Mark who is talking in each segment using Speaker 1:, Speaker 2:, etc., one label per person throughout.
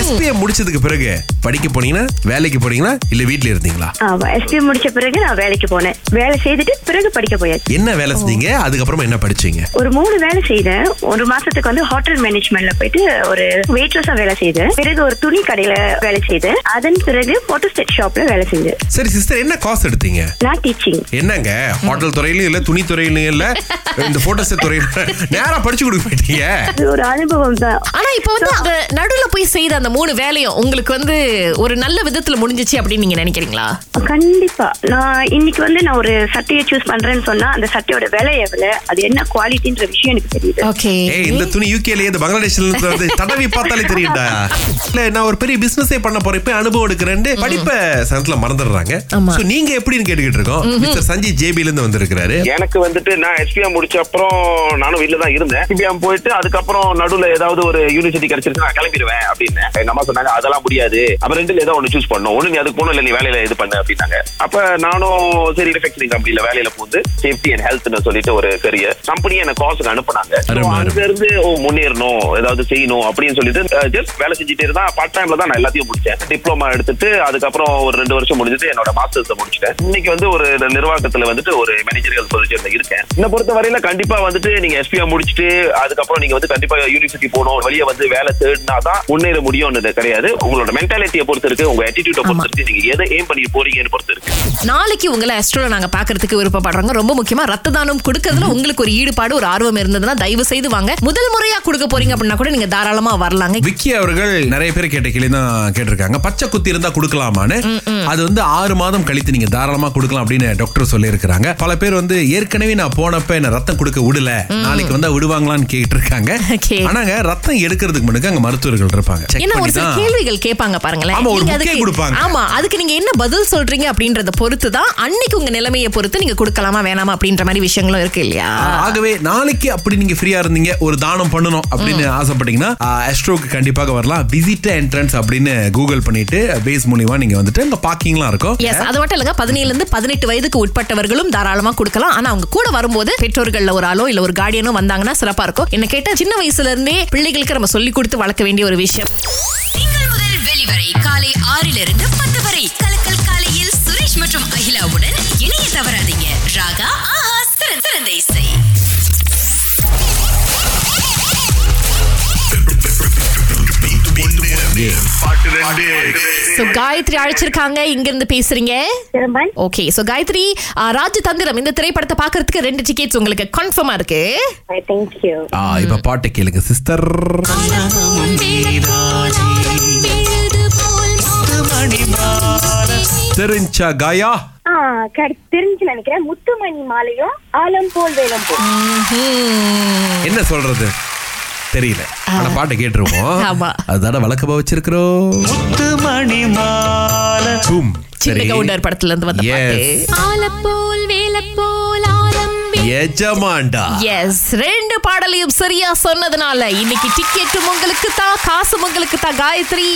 Speaker 1: SPA முடிச்சதுக்கு பிறகு படிக்க போனீங்களா வேலைக்கு போனீங்களா இல்ல வீட்ல இருந்தீங்களா
Speaker 2: ஆமா எஸ்பி முடிச்ச பிறகு நான் வேலைக்கு போனேன் வேலை செய்துட்டு பிறகு படிக்க போயாச்சு
Speaker 1: என்ன வேலை செஞ்சீங்க அதுக்கப்புறமா என்ன படிச்சீங்க
Speaker 2: ஒரு மூணு வேலை செய்தேன் ஒரு மாசத்துக்கு வந்து ஹோட்டல் மேனேஜ்மெண்ட்ல போயிட்டு ஒரு வெயிட்ரஸா வேலை செய்தேன் பிறகு ஒரு துணி கடையில வேலை செய்தேன் அதன் பிறகு போட்டோ ஸ்டேட் ஷாப்ல வேலை செய்தேன்
Speaker 1: சரி சிஸ்டர் என்ன காசு எடுத்தீங்க
Speaker 2: நான் டீச்சிங்
Speaker 1: என்னங்க ஹோட்டல் துறையிலயும் இல்ல துணி துறையிலயும் இல்ல இந்த போட்டோஸ் துறையில நேரா படிச்சு கொடுக்க மாட்டீங்க
Speaker 2: அது ஒரு அனுபவம் தான்
Speaker 3: ஆனா இப்ப வந்து அந்த நடுவுல போய் செய்த அந்த மூணு வேலையும் உங்களுக்கு வந்து ஒரு நல்ல விதத்துல முடிஞ்சிச்சு அப்படின்னு நீங்க நினைக்கிறீங்களா
Speaker 2: கண்டிப்பா நான் இன்னைக்கு வந்து நான் ஒரு சட்டையை சூஸ் பண்றேன்னு சொன்னா அந்த சட்டையோட விலை எவ்வளவு அது என்ன குவாலிட்டின்ற விஷயம் எனக்கு தெரியுது
Speaker 3: ஓகே
Speaker 1: ஏய் இந்த துணி யூகேலயே இந்த பங்களாதேஷ்ல இருந்து வந்து தடவி பார்த்தாலே தெரியும்டா இல்ல நான் ஒரு பெரிய பிசினஸே பண்ண போறேன் இப்ப அனுபவம் எடுக்கிறேன் படிப்ப சனத்துல மறந்துடுறாங்க
Speaker 3: ஆமா.
Speaker 1: So, நீங்க எப்படின்னு கேட்டுக்கிட்டு இருக்கோம் மிஸ்டர் சஞ்சய் ஜேபில இருந்து வந்திருக்கிறாரு
Speaker 4: எனக்கு வந்துட்டு நான் எஸ்பிஎம் முடிச்ச அப்புறம் நானும் வெளில தான் இருந்தேன் எஸ்பிஎம் போயிட்டு அதுக்கப்புறம் நடுவுல ஏதாவது ஒரு யூனிவர்சிட்டி கிடைச்சிருச்சு நான் கிளம்பிடுவேன் அப்படின்னு எங்க அம்மா சொன்னாங்க அதெல்லாம் முடியாது அப்ப ரெண்டுல ஏதோ ஒண்ணு சூஸ் பண்ணும் ஒண்ணு நீ அதுக்கு போகணும் இல்ல நீ வேலையில இது பண்ணு அப்படின்னாங்க அப்ப நானும் சரி ரிஃபெக்டரிங் கம்பெனில வேலையில போந்து சேஃப்டி அண்ட் ஹெல்த்னு சொல்லிட்டு ஒரு கரியர் கம்பெனியை எனக்கு காசுக்கு அனுப்புனாங்க
Speaker 1: அருமை, அருமை.
Speaker 4: அங்க இருந்து ஓ முன்னேறணும் ஏதாவது செய்யணும் அப்படின்னு சொல்லிட்டு ஜஸ்ட் வேலை செஞ்சுட்டே இருந்தா பார்ட் டைம்ல தான் நான் எல்லாத்தையும் முடிச்சேன் டிப்ளமா எடுத்துட்டு அதுக்கப்புறம் ஒரு ரெண்டு வருஷம் முடிஞ்சுட்டு என்னோட மாஸ்டர்ஸ் முடிச்சிட்டேன் இன்னைக்கு வந்து ஒரு நிர்வாகத்துல வந்துட்டு ஒரு மேனேஜரியல் பொசிஷன்ல இருக்கேன் என்ன பொறுத்த வரையில கண்டிப்பா வந்துட்டு நீங்க எஸ்பியா முடிச்சிட்டு அதுக்கப்புறம் நீங்க வந்து கண்டிப்பா யூனிவர்சிட்டி போகணும் வெளியே வந்து வேலை தேடினா தான் முன்னேற முடியும்னு கிடையாது உங்களோட மென்டாலிட்டியை பொறுத்து இருக்கு உங்க attitude-அ பொறுத்து இருக்கு நீங்க எதை ஏம் பண்ணி போறீங்கன்னு பொறுத்து இருக்கு
Speaker 3: நாளைக்கு உங்களை அஸ்ட்ரோல நாங்க பாக்குறதுக்கு விருப்பப்படுறோங்க ரொம்ப முக்கியமா ரத்த தானம் கொடுக்கறதுல உங்களுக்கு ஒரு ஈடுபாடு ஒரு ஆர்வம் இருந்ததுன்னா தயவு செய்து வாங்க முதல் முறையா கொடுக்க போறீங்க அப்படின்னா கூட நீங்க தாராளமா வரலாங்க
Speaker 1: விக்கி அவர்கள் நிறைய பேர் கேட்ட கேள்வி தான் கேட்டிருக்காங்க பச்சை குத்தி இருந்தா கொடுக்கலாமான்னு அது வந்து ஆறு மாதம் கழித்து நீங்க தாராளமா கொடுக்கலாம் அப்படின்னு டாக்டர் சொல்லியிருக்கிறாங்க பல பேர் வந்து ஏற்கனவே நான் போனப்ப என்ன ரத்தம் கொடுக்க விடல நாளைக்கு வந்தா விடுவாங்களான்னு கேட்டிருக்காங்க
Speaker 3: Okay.
Speaker 1: ஆனாங்க ரத்தம் எடுக்கிறதுக்கு முன்னாடி அங்க மருத்துவர்கள் இருப்பாங்க check
Speaker 3: ஏன்னா ஒரு
Speaker 1: பண்ணி
Speaker 3: சில
Speaker 1: தான்
Speaker 3: கேள்விகள் கேட்பாங்க பாருங்களேன்
Speaker 1: ஆமா, ஒரு
Speaker 3: நீங்க
Speaker 1: bouquet கொடுப்பாங்க.
Speaker 3: ஆமா அதுக்கு நீங்க என்ன பதில் சொல்றீங்க அப்படின்றத பொறுத்து தான் அன்னைக்கு உங்க நிலைமையை பொறுத்து நீங்க கொடுக்கலாமா வேணாமா அப்படின்ற மாதிரி விஷயங்களும் இருக்கு இல்லையா
Speaker 1: ஆகவே நாளைக்கு அப்படி நீங்க ஃப்ரீயா இருந்தீங்க ஒரு தானம் பண்ணணும் அப்படின்னு ஆசைப்பட்டீங்கன்னா அஸ்ட்ரோக்கு கண்டிப்பாக வரலாம் விசிட் என்ட்ரன்ஸ் அப்படின்னு கூகுள் பண்ணிட்டு பேஸ் மூலியமா நீங்க வந்துட்டு அங்க பார்க்கிங்லாம் இருக்கும்
Speaker 3: எஸ் அது மட்டும் இல்லைங்க பதினேழுல இருந்து பதினெட்டு வயதுக்கு உட்பட்டவர்களும் தாராளமா கொடுக்கலாம் ஆனா அவங்க கூட வரும்போது பெற்றோர்கள்ல ஒரு ஆளோ இல்ல ஒரு கார்டியனோ வந்தாங்கன்னா சிறப்பா இருக்கும் என்ன கேட்டா சின்ன வயசுல இருந்தே பிள்ளைகளுக்கு நம்ம சொல்லி கொடுத்து வளர்க்க வேண்டிய ஒரு விஷயம்
Speaker 5: திங்கள் முதல் வெளிவரை காலை ஆறிலிருந்து பத்து வரை கலக்கல் காலையில் சுரேஷ் மற்றும் அகிலாவுடன் இணைய தவறாதீங்க ராகா ஆஹா சிறந்த சிறந்த இசை
Speaker 3: சோ காயத்ரி அழைச்சிருக்காங்க இங்க இருந்து பேசுறீங்க
Speaker 2: திரும்ப
Speaker 3: ஓகே சோ காயத்ரி ஆ, ராஜதந்திரம் இந்த திரைப்படத்தை பாக்குறதுக்கு ரெண்டு டிக்கெட்ஸ் உங்களுக்கு கன்ஃபார்மா இருக்கு
Speaker 2: தேங்க்யூ
Speaker 1: ஆ, இப்ப பாட்டு கேளுங்க சிஸ்டர் தெரிஞ்சா காயா
Speaker 2: தெரிஞ்சு நினைக்கிறேன் முத்துமணி மாலையும் ஆலம்போல் வேலம்போல்
Speaker 3: ம்ஹும்.
Speaker 1: என்ன சொல்றது தெரியல ஆனா பாட்டை கேட்டுருவோம்
Speaker 3: ஆமா.
Speaker 1: அதான வழக்கமா வச்சிருக்கிறோம் ஹும்.
Speaker 3: சின்ன
Speaker 1: சரி.
Speaker 3: கவுண்டர் படத்துல இருந்து வந்த பாட்டு
Speaker 1: Yes.
Speaker 5: ஆலப்போல் வேலப்போல் ஆரம்பி
Speaker 1: எஜமான்டா
Speaker 3: எஸ் ரெண்டு பாடலையும் சரியா சொன்னதுனால இன்னைக்கு டிக்கெட்டும் உங்களுக்கு தான் காசும் உங்களுக்கு தான் காயத்ரி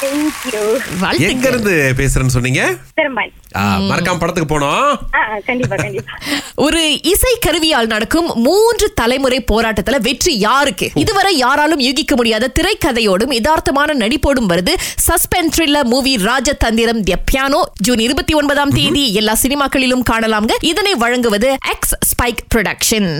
Speaker 2: தேங்க்யூ
Speaker 1: எங்க
Speaker 3: வாழ்த்துக்கள்
Speaker 1: இருந்து பேசுறேன்னு சொன்னீங்க
Speaker 2: திரும்ப
Speaker 1: ஆ, மறக்காம படத்துக்கு போனோம்
Speaker 2: Ah, கண்டிப்பா கண்டிப்பா
Speaker 3: ஒரு இசை கருவியால் நடக்கும் மூன்று தலைமுறை போராட்டத்துல வெற்றி யாருக்கு இதுவரை யாராலும் யூகிக்க முடியாத திரைக்கதையோடும் யதார்த்தமான நடிப்போடும் வருது suspense thriller movie Rajathanthiram the piano June இருபத்தி ஒன்பதாம் தேதி எல்லா சினிமாக்களிலும் காணலாம்ங்க இதனை வழங்குவது எக்ஸ் ஸ்பைக் ப்ரொடக்ஷன்